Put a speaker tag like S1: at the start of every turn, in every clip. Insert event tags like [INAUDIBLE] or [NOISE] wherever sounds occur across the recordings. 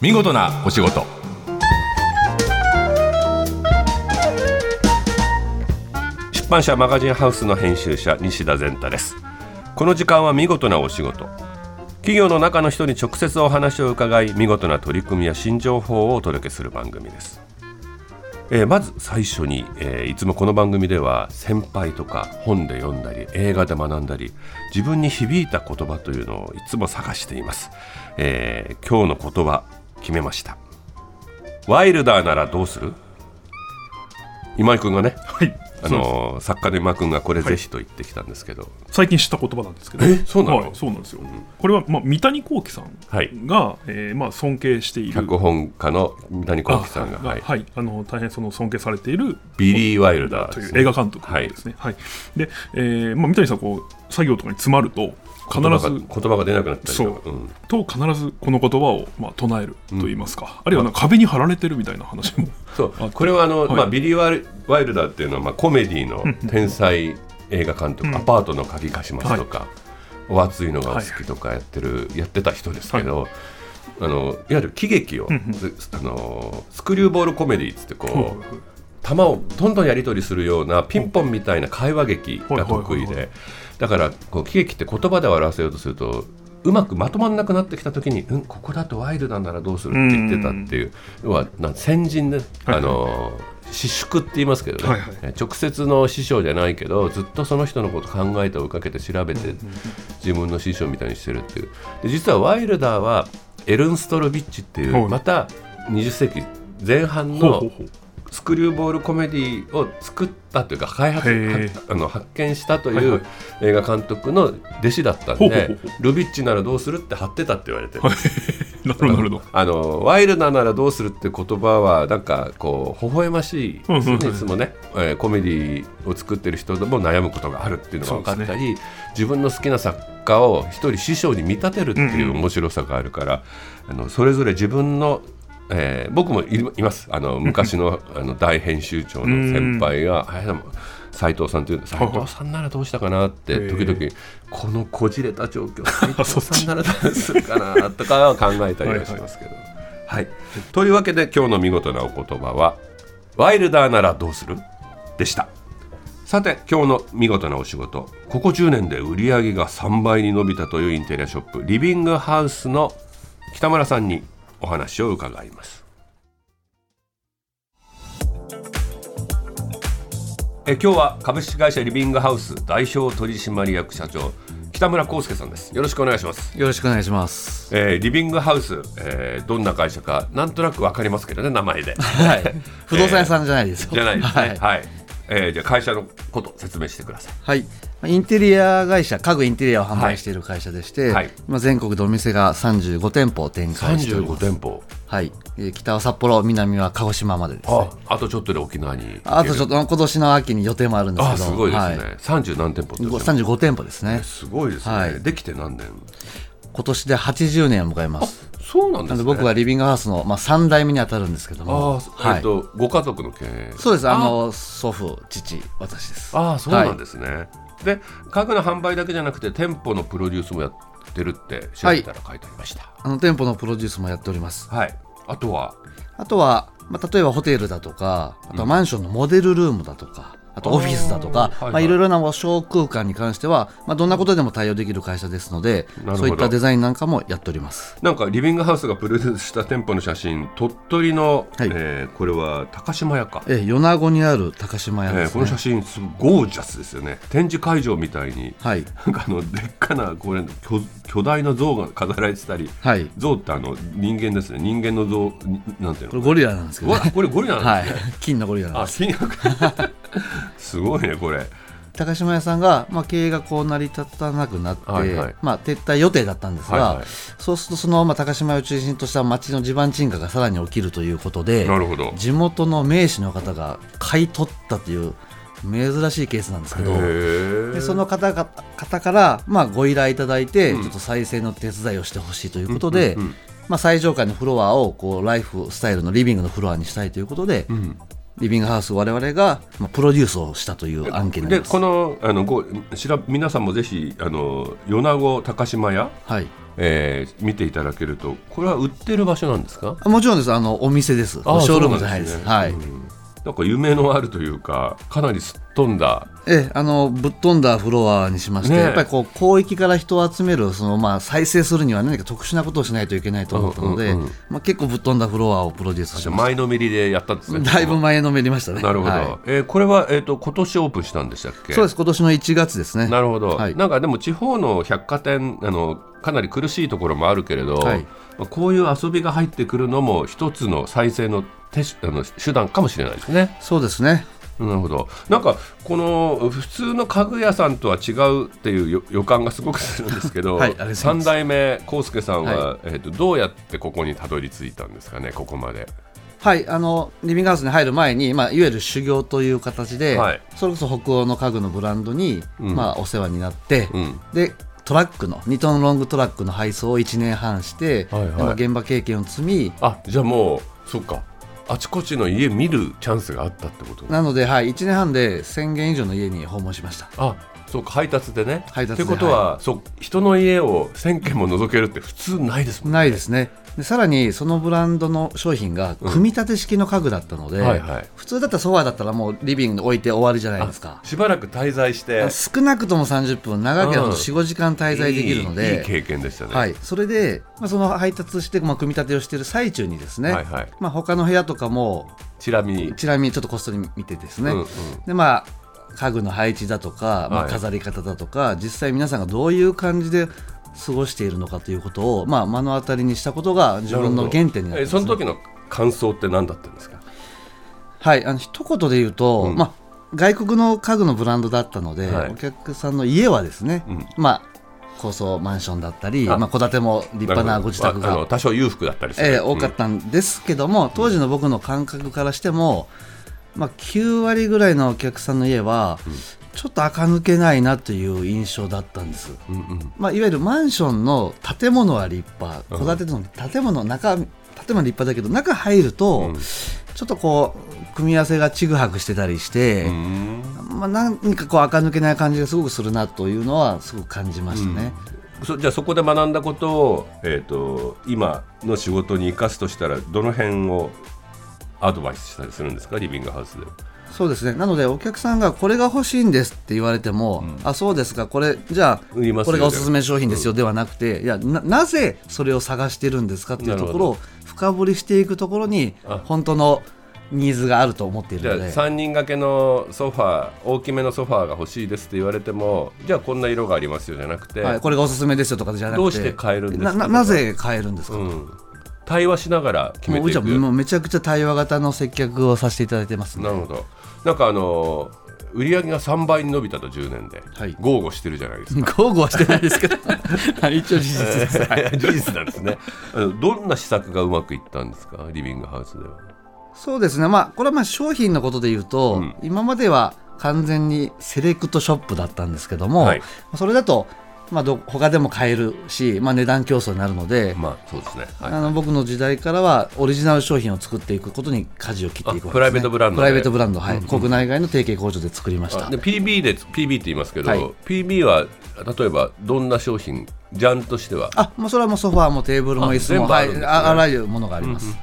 S1: 見事なお仕事出版社マガジンハウスの編集者西田善太ですこの時間は見事なお仕事企業の中の人に直接お話を伺い見事な取り組みや新情報をお届けする番組ですえーまず最初に、えーいつもこの番組では先輩とか本で読んだり映画で学んだり自分に響いた言葉というのをいつも探しています、えー今日の言葉決めましたワイルダーならどうする今井君がね
S2: はい。
S1: あ
S2: そうです
S1: のー作家の今井君がこれぜひと言ってきたんですけど、
S2: 最近知った言葉なんですけど。
S1: えそうなの
S2: はい、そうなんですよ。これは、まあ、三谷幸喜さんが、
S1: はい
S2: えーまあ、尊敬している。
S1: 脚本家の三谷幸喜さんが、
S2: あはい、はいあの大変その尊敬されている
S1: ビリー・ワイルダーで
S2: とい
S1: す
S2: う
S1: ね、
S2: 映画監督ですね。はい。で、えーまあ、三谷さんこう作業とかに詰まると必
S1: 言葉が
S2: ず
S1: 言葉が出なくなったり
S2: そ
S1: と
S2: う
S1: か、うん
S2: と必ずこの言葉をまあ唱えると言いますか、あるいはなんか壁に貼られてるみたいな話も。
S1: そう
S2: あ
S1: これはあの、
S2: はい
S1: まあ、ビリーワイル・ワイルダーっていうのは、まあ、コメディの天才映画監督、アパートの鍵貸しますとか、お熱いのがお好きとかやってる、やってた人ですけど、あのいわゆる喜劇を、ずあのスクリューボールコメディっつってこう。球をどんどんやり取りするようなピンポンみたいな会話劇が得意
S2: はいはいはい
S1: でだからこう喜劇って言葉で表せようとするとうまくまとまらなくなってきた時に「うんここだとワイルダーならどうする?」って言ってたっていう要はなん先人で、あの私縮って言いますけどね、
S2: はいはい
S1: え直接の師匠じゃないけどずっとその人のこと考えて追いかけて調べて自分の師匠みたいにしてるっていうで実はワイルダーはエルンストロビッチってい
S2: は
S1: う
S2: い
S1: また20世紀前半
S2: ほう
S1: の
S2: ほうほう。
S1: スクリューボールコメディを作ったというか開発
S2: へー
S1: はあの発見したと
S2: はい
S1: い
S2: はいう
S1: 映画監督の弟子だったん
S2: ほうほうほ
S1: で
S2: うほ
S1: ルビッチならどうするって貼ってたって言われてる
S2: [LAUGHS] なるほどなるほど。
S1: あのワイルダーならどうするって言葉はなんかこう微笑ましい
S2: うんうんうん
S1: いつもね、えーコメディを作ってる人でも悩むことがあるっていうのが分かった
S2: そう
S1: り、自分の好きな作家を一人師匠に見立てるってい
S2: ん
S1: う面白さがあるから、あのそれぞれ自分のえー僕もいいますあ
S2: [LAUGHS]
S1: の昔のあの大編集長の先輩があでも斉藤さんという斉藤さんならどうしたかなって時々このこじれた状
S2: [LAUGHS]
S1: 況斉藤さんならどうするかなとかは考えたりったりはしますけど。はい、というわけで今日の見事なお言葉は「ワイルダーならどうする?」でしたさて今日の見事なお仕事ここ10年で売り上げが3倍に伸びたというインテリアショップリビングハウスの北村さんにお話を伺います。え今日は株式会社リビングハウス代表取締役社長北村康介さんですよろしくお願いします
S3: よろしくお願いします。
S1: えーリビングハウス、えーどんな会社かなんとなくわかりますけどね名前で
S3: はい。不動産屋さんじゃないですよ。
S1: [LAUGHS] じゃないですね
S3: は
S1: はいい、。えーじゃあ会社のこと説明してください
S3: はいインテリア会社、家具インテリアを販売している会社でして、
S1: はい
S3: 今全国でお店が35店舗を展開しており
S1: 35
S3: ます。
S1: 店舗
S3: はい。えー北は札幌、南は鹿児島までです、ね
S1: あ。あとちょっとで沖縄に
S3: あとちょっ
S1: と
S3: と今年の秋に予定もあるんですけ
S1: あ
S3: ど、
S1: すごいですね、
S3: はい
S1: 30何店舗っておっしゃいま
S3: 35店舗ですね
S1: す。すごいですね、
S3: はい
S1: できて何年
S3: 今年で80年を迎えます。
S1: そうなんで
S3: な
S1: す
S3: の
S1: ね
S3: で僕はリビングハウスの、まあ、3代目に当たるんですけども、
S1: あー、
S3: は
S1: えっ
S3: い、
S1: とご家族の経営
S3: そうです、あの祖父、父、私です。
S1: ああそうな
S3: はい
S1: んですね、で家具の販売だけじゃなくて店舗のプロデュースもやってるって調べたら書いてありました
S3: あの店舗のプロデュースもやっております。
S1: はい、あとは
S3: あとは、まあ、例えばホテルだとか、あとはマンションのモデルルームだとか、あとオフィスだと
S1: あ
S3: か
S1: ー、はいはい
S3: まあいろいろな小空間に関しては、まあ、どんなことでも対応できる会社ですので
S1: なるほ、ど
S3: そういったデザインなんかもやっております。
S1: なんかリビングハウスがプロデュースした店舗の写真鳥取の、
S3: はい
S1: えーこれは高島屋か、
S3: えー米子にある高島
S1: え
S3: 屋
S1: ー
S3: です、
S1: こ
S3: ね
S1: の写真すごいゴージャスですよね展示会場みたいに [LAUGHS]
S3: はい。
S1: なんかあのでっかなこれ巨巨大な像が飾られてたり
S3: はい。
S1: 像ってあの人間ですね人間の像になんていう
S3: これ
S1: の
S3: ゴリラなんですけど
S1: わ
S3: ね。
S1: これゴリラなん [LAUGHS]
S3: は
S1: で
S3: い
S1: すね、。
S3: 金のゴリラなん
S1: あ
S3: です。
S1: 金額 [LAUGHS] すごいねこれ
S3: 高島屋さんが、まあ、経営がこう成り立たなくなって、
S1: はいはい
S3: まあ、撤退予定だったんですが、
S1: はいはい
S3: そうするとその、まあ、高島屋を中心とした町の地盤沈下がさらに起きるということで、
S1: なるほど
S3: 地元の名士の方が買い取ったという珍しいケースなんですけど
S1: へ
S3: で
S1: え
S3: その方が方から、まあ、ご依頼いただいて、ちょっと再生の手伝いをしてほしいということで、まあ、最上階のフロアをこうライフスタイルのリビングのフロアにしたいということで、
S1: ん
S3: リビングハウス我々が、まあ、プロデュースをしたという案件にな
S1: で
S3: ります
S1: このあのご調べ皆さんもぜひあの米子高島屋、
S3: はい
S1: えー見ていただけるとこれは売ってる場所なんですか
S3: あもちろんですあのお店ですショ
S1: あ
S3: ールームじ
S1: そう
S3: ゃ
S1: な
S3: なんい
S1: で
S3: ですす
S1: ね
S3: はい、
S1: なんか夢のあるというかかなりすっ飛んだ
S3: ええあのぶっ飛んだフロアにしまして、
S1: ねえ
S3: やっぱりこう広域から人を集めるその、まあ、再生するには何か特殊なことをしないといけないと思ったので、
S1: うんうんうん
S3: まあ、結構ぶっ飛んだフロアをプロデュースしまし
S1: 前のめりでやったんです
S3: た
S1: ね
S3: だいぶ前のめりましたね
S1: なるほど、
S3: は
S1: えーこれは、えー、と今年オープンしたんでしたっけ
S3: いそうです今年の1月ですね
S1: なるほど、
S3: はい
S1: なんかでも地方の百貨店あのかなり苦しいところもあるけれど、
S3: はい
S1: まあこういう遊びが入ってくるのも一つの再生の手あの手段かもしれないですね。
S3: そうですね
S1: なるほどなんかこの普通の家具屋さんとは違うっていうよ予感がすごくするんですけど、
S3: はいありがとうござい
S1: 3
S3: ます
S1: 代目康介さんは、えー、とどうやってここにたどり着いたんですかねここまで。
S3: はいあのリビングハウスに入る前に、まあ、いわゆる修行という形で、
S1: はい
S3: それこそ北欧の家具のブランドに、
S1: うん
S3: まあ、お世話になって、
S1: うん
S3: でトラックの2トンロングトラックの配送を1年半して、
S1: はいはい
S3: でまあ現場経験を積み
S1: あじゃあもうそっかあちこちの家見るチャンスがあったってことね
S3: なので、はい、1年半で1000軒以上の家に訪問しました。
S1: あそうか配達でね。
S3: 配達
S1: とい
S3: で
S1: うことは、そう人の家を1000件も覗けるって普通ないですもんね。
S3: ないですねでさらにそのブランドの商品が組み立て式の家具だったので、
S1: はいはい
S3: 普通だったらソファーだったらもうリビングに置いて終わりじゃないですか
S1: しばらく滞在して
S3: 少なくとも30分長ければ
S1: うん
S3: 45時間滞在できるので、
S1: いいいい経験でしたね。
S3: はい、それで、まあ、その配達して、まあ、組み立てをしている最中にですね、
S1: はいはい
S3: まあ、他の部屋とかも
S1: チラ見。
S3: ちなみにちょっとこっそり見てですね、
S1: うんうん
S3: でまあ家具の配置だとか、ま
S1: は
S3: あ、
S1: い
S3: 飾り方だとか、実際皆さんがどういう感じで過ごしているのかということを、まあ、目の当たりにしたことが自分の原点になって
S1: え
S3: ます、
S1: そ
S3: ね
S1: の時の感想って何だったんですか。
S3: はい、あの一言で言うと、
S1: うん
S3: まあ、外国の家具のブランドだったので、
S1: はい
S3: お客さんの家はですね、
S1: うん
S3: まあ、高層マンションだったり
S1: あ
S3: まあ、戸建ても立派なご自宅
S1: なるほどああ
S3: が
S1: の多少裕福だったりする。
S3: ええ多かったんですけども、当時の僕の感覚からしても、まあ、9割ぐらいのお客さんの家は、ちょっと垢抜けないなという印象だったんです、
S1: うん。うんうん
S3: まあ、いわゆるマンションの建物は立派
S1: うん
S3: 戸建ての建物の中建物立派だけど中入ると、
S1: うん
S3: ちょっとこう組み合わせがちぐはぐしてたりして、
S1: うん
S3: まあ、何かこう垢抜けない感じがすごくするなというのはすごく感じましたね。
S1: そじゃあそこで学んだことを、えー、と今の仕事に生かすとしたらどの辺をアドバイスしたりするんですかリビングハウスで。
S3: そうですねなのでお客さんがこれが欲しいんですって言われても、あそうですかこれじゃあ
S1: 売りますよ
S3: これがおすすめ商品ですよではなくて、いやななぜそれを探してるんですかっていうところを深掘りしていくところに
S1: あ
S3: 本当のニーズがあると思ってい
S1: じゃ
S3: る
S1: あ
S3: ので
S1: 3人掛けのソファー大きめのソファーが欲しいですって言われてもじゃあこんな色がありますよじゃなくて、
S3: はい、これがおすすめですよとかじゃなくて
S1: どうして買えるんですか
S3: なななぜ買えるんですか、
S1: うん、対話しながら決め
S3: もう
S1: ていう
S3: ち
S1: く
S3: はもうめちゃくちゃ対話型の接客をさせていただいてますね
S1: なるほどなんかあのー売り上げが3倍に伸びたと10年で、
S3: はい
S1: 豪語してるじゃないですか。
S3: [LAUGHS] 豪語はしてないですけど [LAUGHS] はい一応 [LAUGHS] 事実
S1: [LAUGHS]
S3: です、
S1: 事実なんです [LAUGHS] ね。あのどんな施策がうまくいったんですか、リビングハウスでは。
S3: そうですね、まあ、これはまあ商品のことで言うと、
S1: うん
S3: 今までは完全にセレクトショップだったんですけども、
S1: はい
S3: それだと、まあ、ど他でも買えるし、まあ、値段競争になるので、
S1: まあそうですね。はい
S3: あの僕の時代からはオリジナル商品を作っていくことに舵を切っていくわけです、ね、
S1: あプライベートブランドで
S3: プライベートブランドはい、国内外の提携工場で作りまし
S1: あ
S3: た
S1: で PB で PB って言いますけど、
S3: はい
S1: PB は例えばどんな商品ジャンルとしては
S3: あもうそれはもうソファーもテーブルも椅子
S1: あ全
S3: も
S1: 部あ
S3: は
S1: るんです
S3: い
S1: ね
S3: ああらゆるものがあります、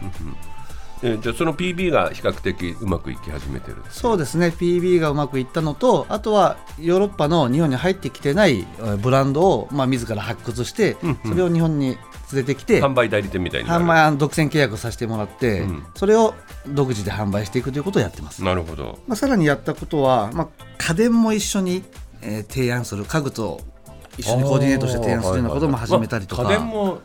S1: えーじゃあその PB が比較的うまくいき始めてる
S3: そうですね PB がうまくいったのとあとはヨーロッパの日本に入ってきてないえーブランドを、まあ、自ら発掘して、それを日本に連れてきて
S1: 販売代理店みたいになる
S3: 販売あの独占契約をさせてもらって、
S1: うん
S3: それを独自で販売していくということをやってます、
S1: なるほど
S3: まあ、さらにやったことは、まあ、家電も一緒に、えー提案する家具と一緒にコーディネートして提案するようなことも始めたりとか、
S1: まあ家電も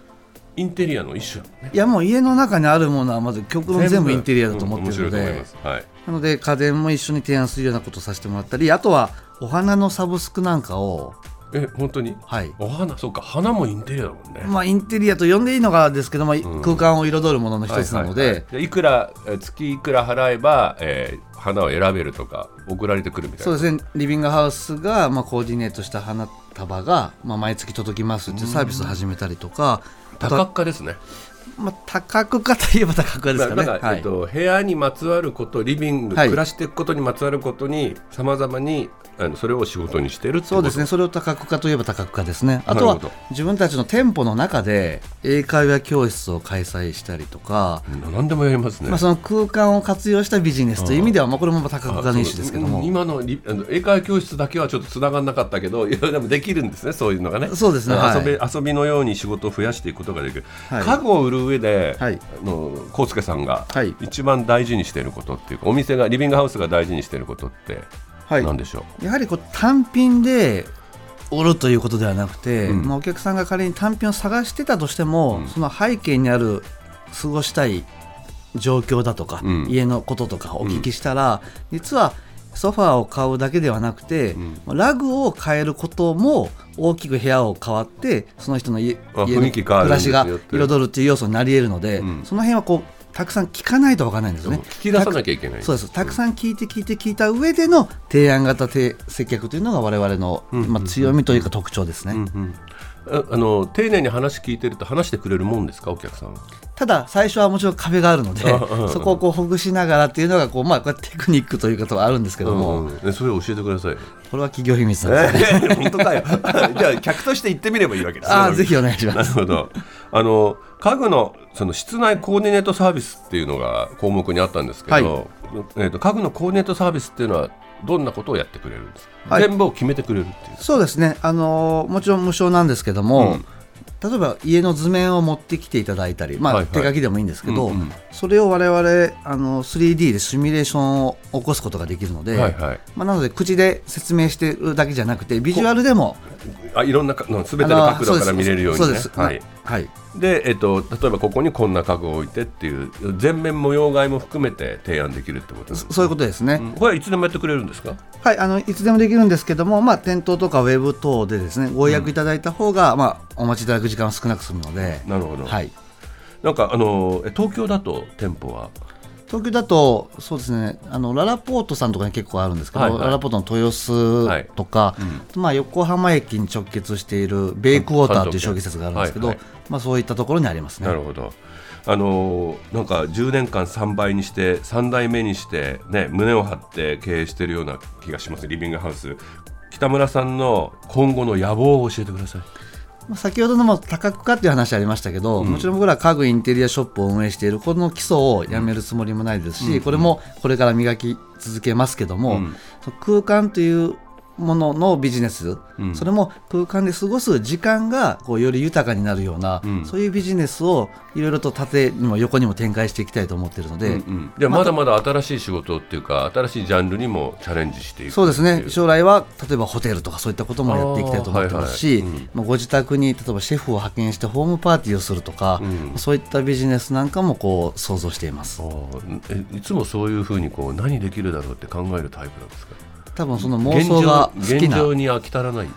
S1: インテリアの一種だね
S3: いやもう家の中にあるものはまず極論全部インテリアだと思ってる
S1: うん面白い
S3: の
S1: と思
S3: で、
S1: いますはい
S3: なので家電も一緒に提案するようなことをさせてもらったりあとはお花のサブスクなんかを、
S1: え本当に
S3: はい
S1: お花そうか花もインテリアだもんね、
S3: まあ、インテリアと呼んでいいのかですけども、空間を彩るものの一つなので、
S1: はいはいはい、でいくらえー月いくら払えば、えー花を選べるとか送られてくるみたい
S3: そう
S1: な
S3: ですねリビングハウスが、まあ、コーディネートした花束が、まあ、毎月届きますっていうサービスを始めたりとか、
S1: 多角化ですね。
S3: まあ、多角化といえば多角化ですか
S1: ま
S3: ね。
S1: あだから
S3: は
S1: えっ
S3: い、
S1: と、部屋にまつわることリビング、
S3: はい
S1: 暮らしていくことにまつわることにさまざまにあのそれを仕事にしてるってい
S3: そうです
S1: ね
S3: ね、それを多角化といえば多角化ですね。あ
S1: る
S3: と
S1: ほど
S3: は自分たちの店舗の中で英会話教室を開催したりとか、
S1: 何でもやりますね、
S3: まあ、その空間を活用したビジネスという意味では、まあ、これもまあ多角化の一種ですけど
S1: あそう
S3: も。
S1: 今のリあの英会話教室だけはちょっとつながんなかったけどい [LAUGHS] やでもできるんですねそういうのがね
S3: そうですね
S1: あの
S3: はい
S1: 遊び遊びのように仕事を増やしていくことができる、
S3: はい
S1: 家具を売る上で、
S3: はい
S1: あの康介さんが
S3: はい
S1: 一番大事にしていることっていうかお店がリビングハウスが大事にしていることって
S3: はい
S1: 何でしょう、
S3: やはりこう単品で売るということではなくて、
S1: うん
S3: まあ、お客さんが仮に単品を探してたとしても、
S1: うん
S3: その背景にある過ごしたい状況だとか、
S1: うん
S3: 家のこととかお聞きしたら、実はソファーを買うだけではなくて、
S1: うん
S3: ラグを変えることも大きく部屋を変わってその人の家
S1: あ
S3: 家
S1: 雰
S3: の
S1: 囲気変わ
S3: 暮
S1: るんで
S3: ら
S1: す
S3: し
S1: よ
S3: が彩るっていう要素になり得るので、
S1: うん
S3: その辺はこうたくさん聞かないとわからないんですよね。
S1: 聞き出さなきゃいけない
S3: そうですたくさん聞いて聞いて聞いた上での提案型提接客というのが我々の、
S1: うん
S3: まあ、強みというか特徴ですね、
S1: うんうん、ああの丁寧に話聞いてると話してくれるもんですかお客さんは
S3: ただ最初はもちろん壁があるので
S1: あうんうん
S3: そこをこうほぐしながらっていうのがこう、まあ、これテクニックということはあるんですけども、
S1: うんうんえそれ教えてくださいよ
S3: これは企業秘密なんです、
S1: え [LAUGHS] 本当かよじゃあ客として行ってみればいいわけですね
S3: ああぜひお願いし
S1: [LAUGHS]
S3: ま
S1: なる
S3: す
S1: ほどあの家具のその室内コーディネートサービスっていうのが項目にあったんですけど、
S3: はい
S1: えー、と家具のコーディネートサービスっていうのはどんなことをやってくれるんですか、
S3: はい
S1: 全部を決めてくれるっていう
S3: そうですねあのーもちろん無償なんですけども、例えば家の図面を持ってきていただいたり、まあ
S1: はいはい
S3: 手書きでもいいんですけど、
S1: うんうん
S3: それを我々あの 3D でシミュレーションを起こすことができるので、
S1: はいはい
S3: まあ、なので口で説明してるだけじゃなくてビジュアルでも
S1: あいろんなかの全ての角
S3: あ
S1: 度
S3: の
S1: から見れるようにね
S3: そうです
S1: はい、
S3: はい
S1: で、えっと、例えばここにこんな家具を置いてっていう全面模様替えも含めて提案できるってことです
S3: そういうことですね、
S1: うんこれはいつでもやってくれるんですか
S3: はいあのいつでもできるんですけども、まあ、店頭とかウェブ等でですねご予約いただいた方が、まあ、お待ちいただく時間を少なく済むので、
S1: なるほど、
S3: はい、
S1: なんかあのえ東京だと店舗は
S3: 東京だとそうですねあのララポートさんとかに結構あるんですけど、
S1: はいはい
S3: ララポートの豊洲とか、まあ、横浜駅に直結しているベイクウォーターという商業施設があるんですけど、
S1: はいは
S3: まあ、そういったところにありますね。
S1: なるほどあのなんか10年間3倍にして3代目にして、ね、胸を張って経営してるような気がしますリビングハウス北村さんの今後の野望を教えてください
S3: まあ先ほどのも多角化っていう話ありましたけど、もちろん僕ら家具インテリアショップを運営しているこの基礎をやめるつもりもないですし、これもこれから磨き続けますけども、
S1: ん
S3: その空間というもののビジネス、
S1: ん
S3: それも空間で過ごす時間がこうより豊かになるような、
S1: ん
S3: そういうビジネスをいろいろと縦にも横にも展開していきたいと思っているので、
S1: うんじゃあまだまだ新しい仕事っていうか新しいジャンルにもチャレンジしていく
S3: そうです
S1: って
S3: ね
S1: いう
S3: 将来は例えばホテルとかそういったこともやっていきたいと思ってますし、
S1: あーはいはいうん
S3: まあご自宅に例えばシェフを派遣してホームパーティーをするとか、
S1: うん
S3: そういったビジネスなんかもこう想像しています
S1: あーえいつもそういうふうにこう何できるだろうって考えるタイプなんですか
S3: 多分その妄想が好
S1: 現状現
S3: きな現
S1: 状
S3: 状
S1: に飽き足らない、
S3: に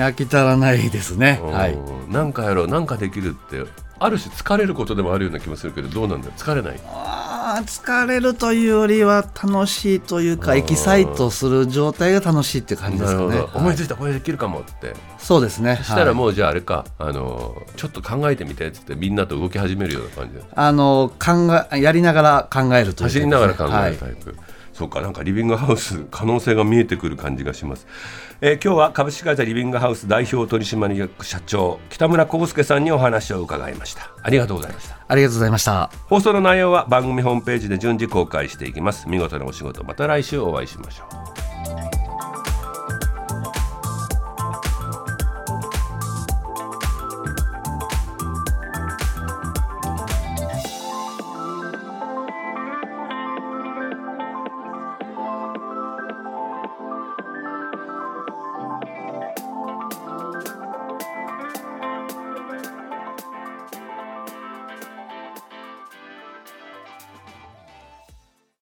S3: 飽き足らないですねはい
S1: うんなんかやろうなんかできるってある種疲れることでもあるような気もするけどどうなんだよ疲れない
S3: あー疲れるというよりは楽しいというかエキサイトする状態が楽しいっていう感じですかね、はい
S1: 思いついたこれできるかもって、
S3: そうですね
S1: そした
S3: は
S1: ら
S3: い
S1: もうじゃああれかあのーちょっと考えてみてっつってみんなと動き始めるような感じで
S3: あの考えやりながら考えるという
S1: 走りながら考え
S3: は
S1: る
S3: い
S1: タイプ、そうかなんかリビングハウス可能性が見えてくる感じがします、えー今日は株式会社リビングハウス代表取締役社長北村康介さんにお話を伺いましたありがとうございました
S3: ありがとうございました
S1: 放送の内容は番組ホームページで順次公開していきます見事なお仕事また来週お会いしましょう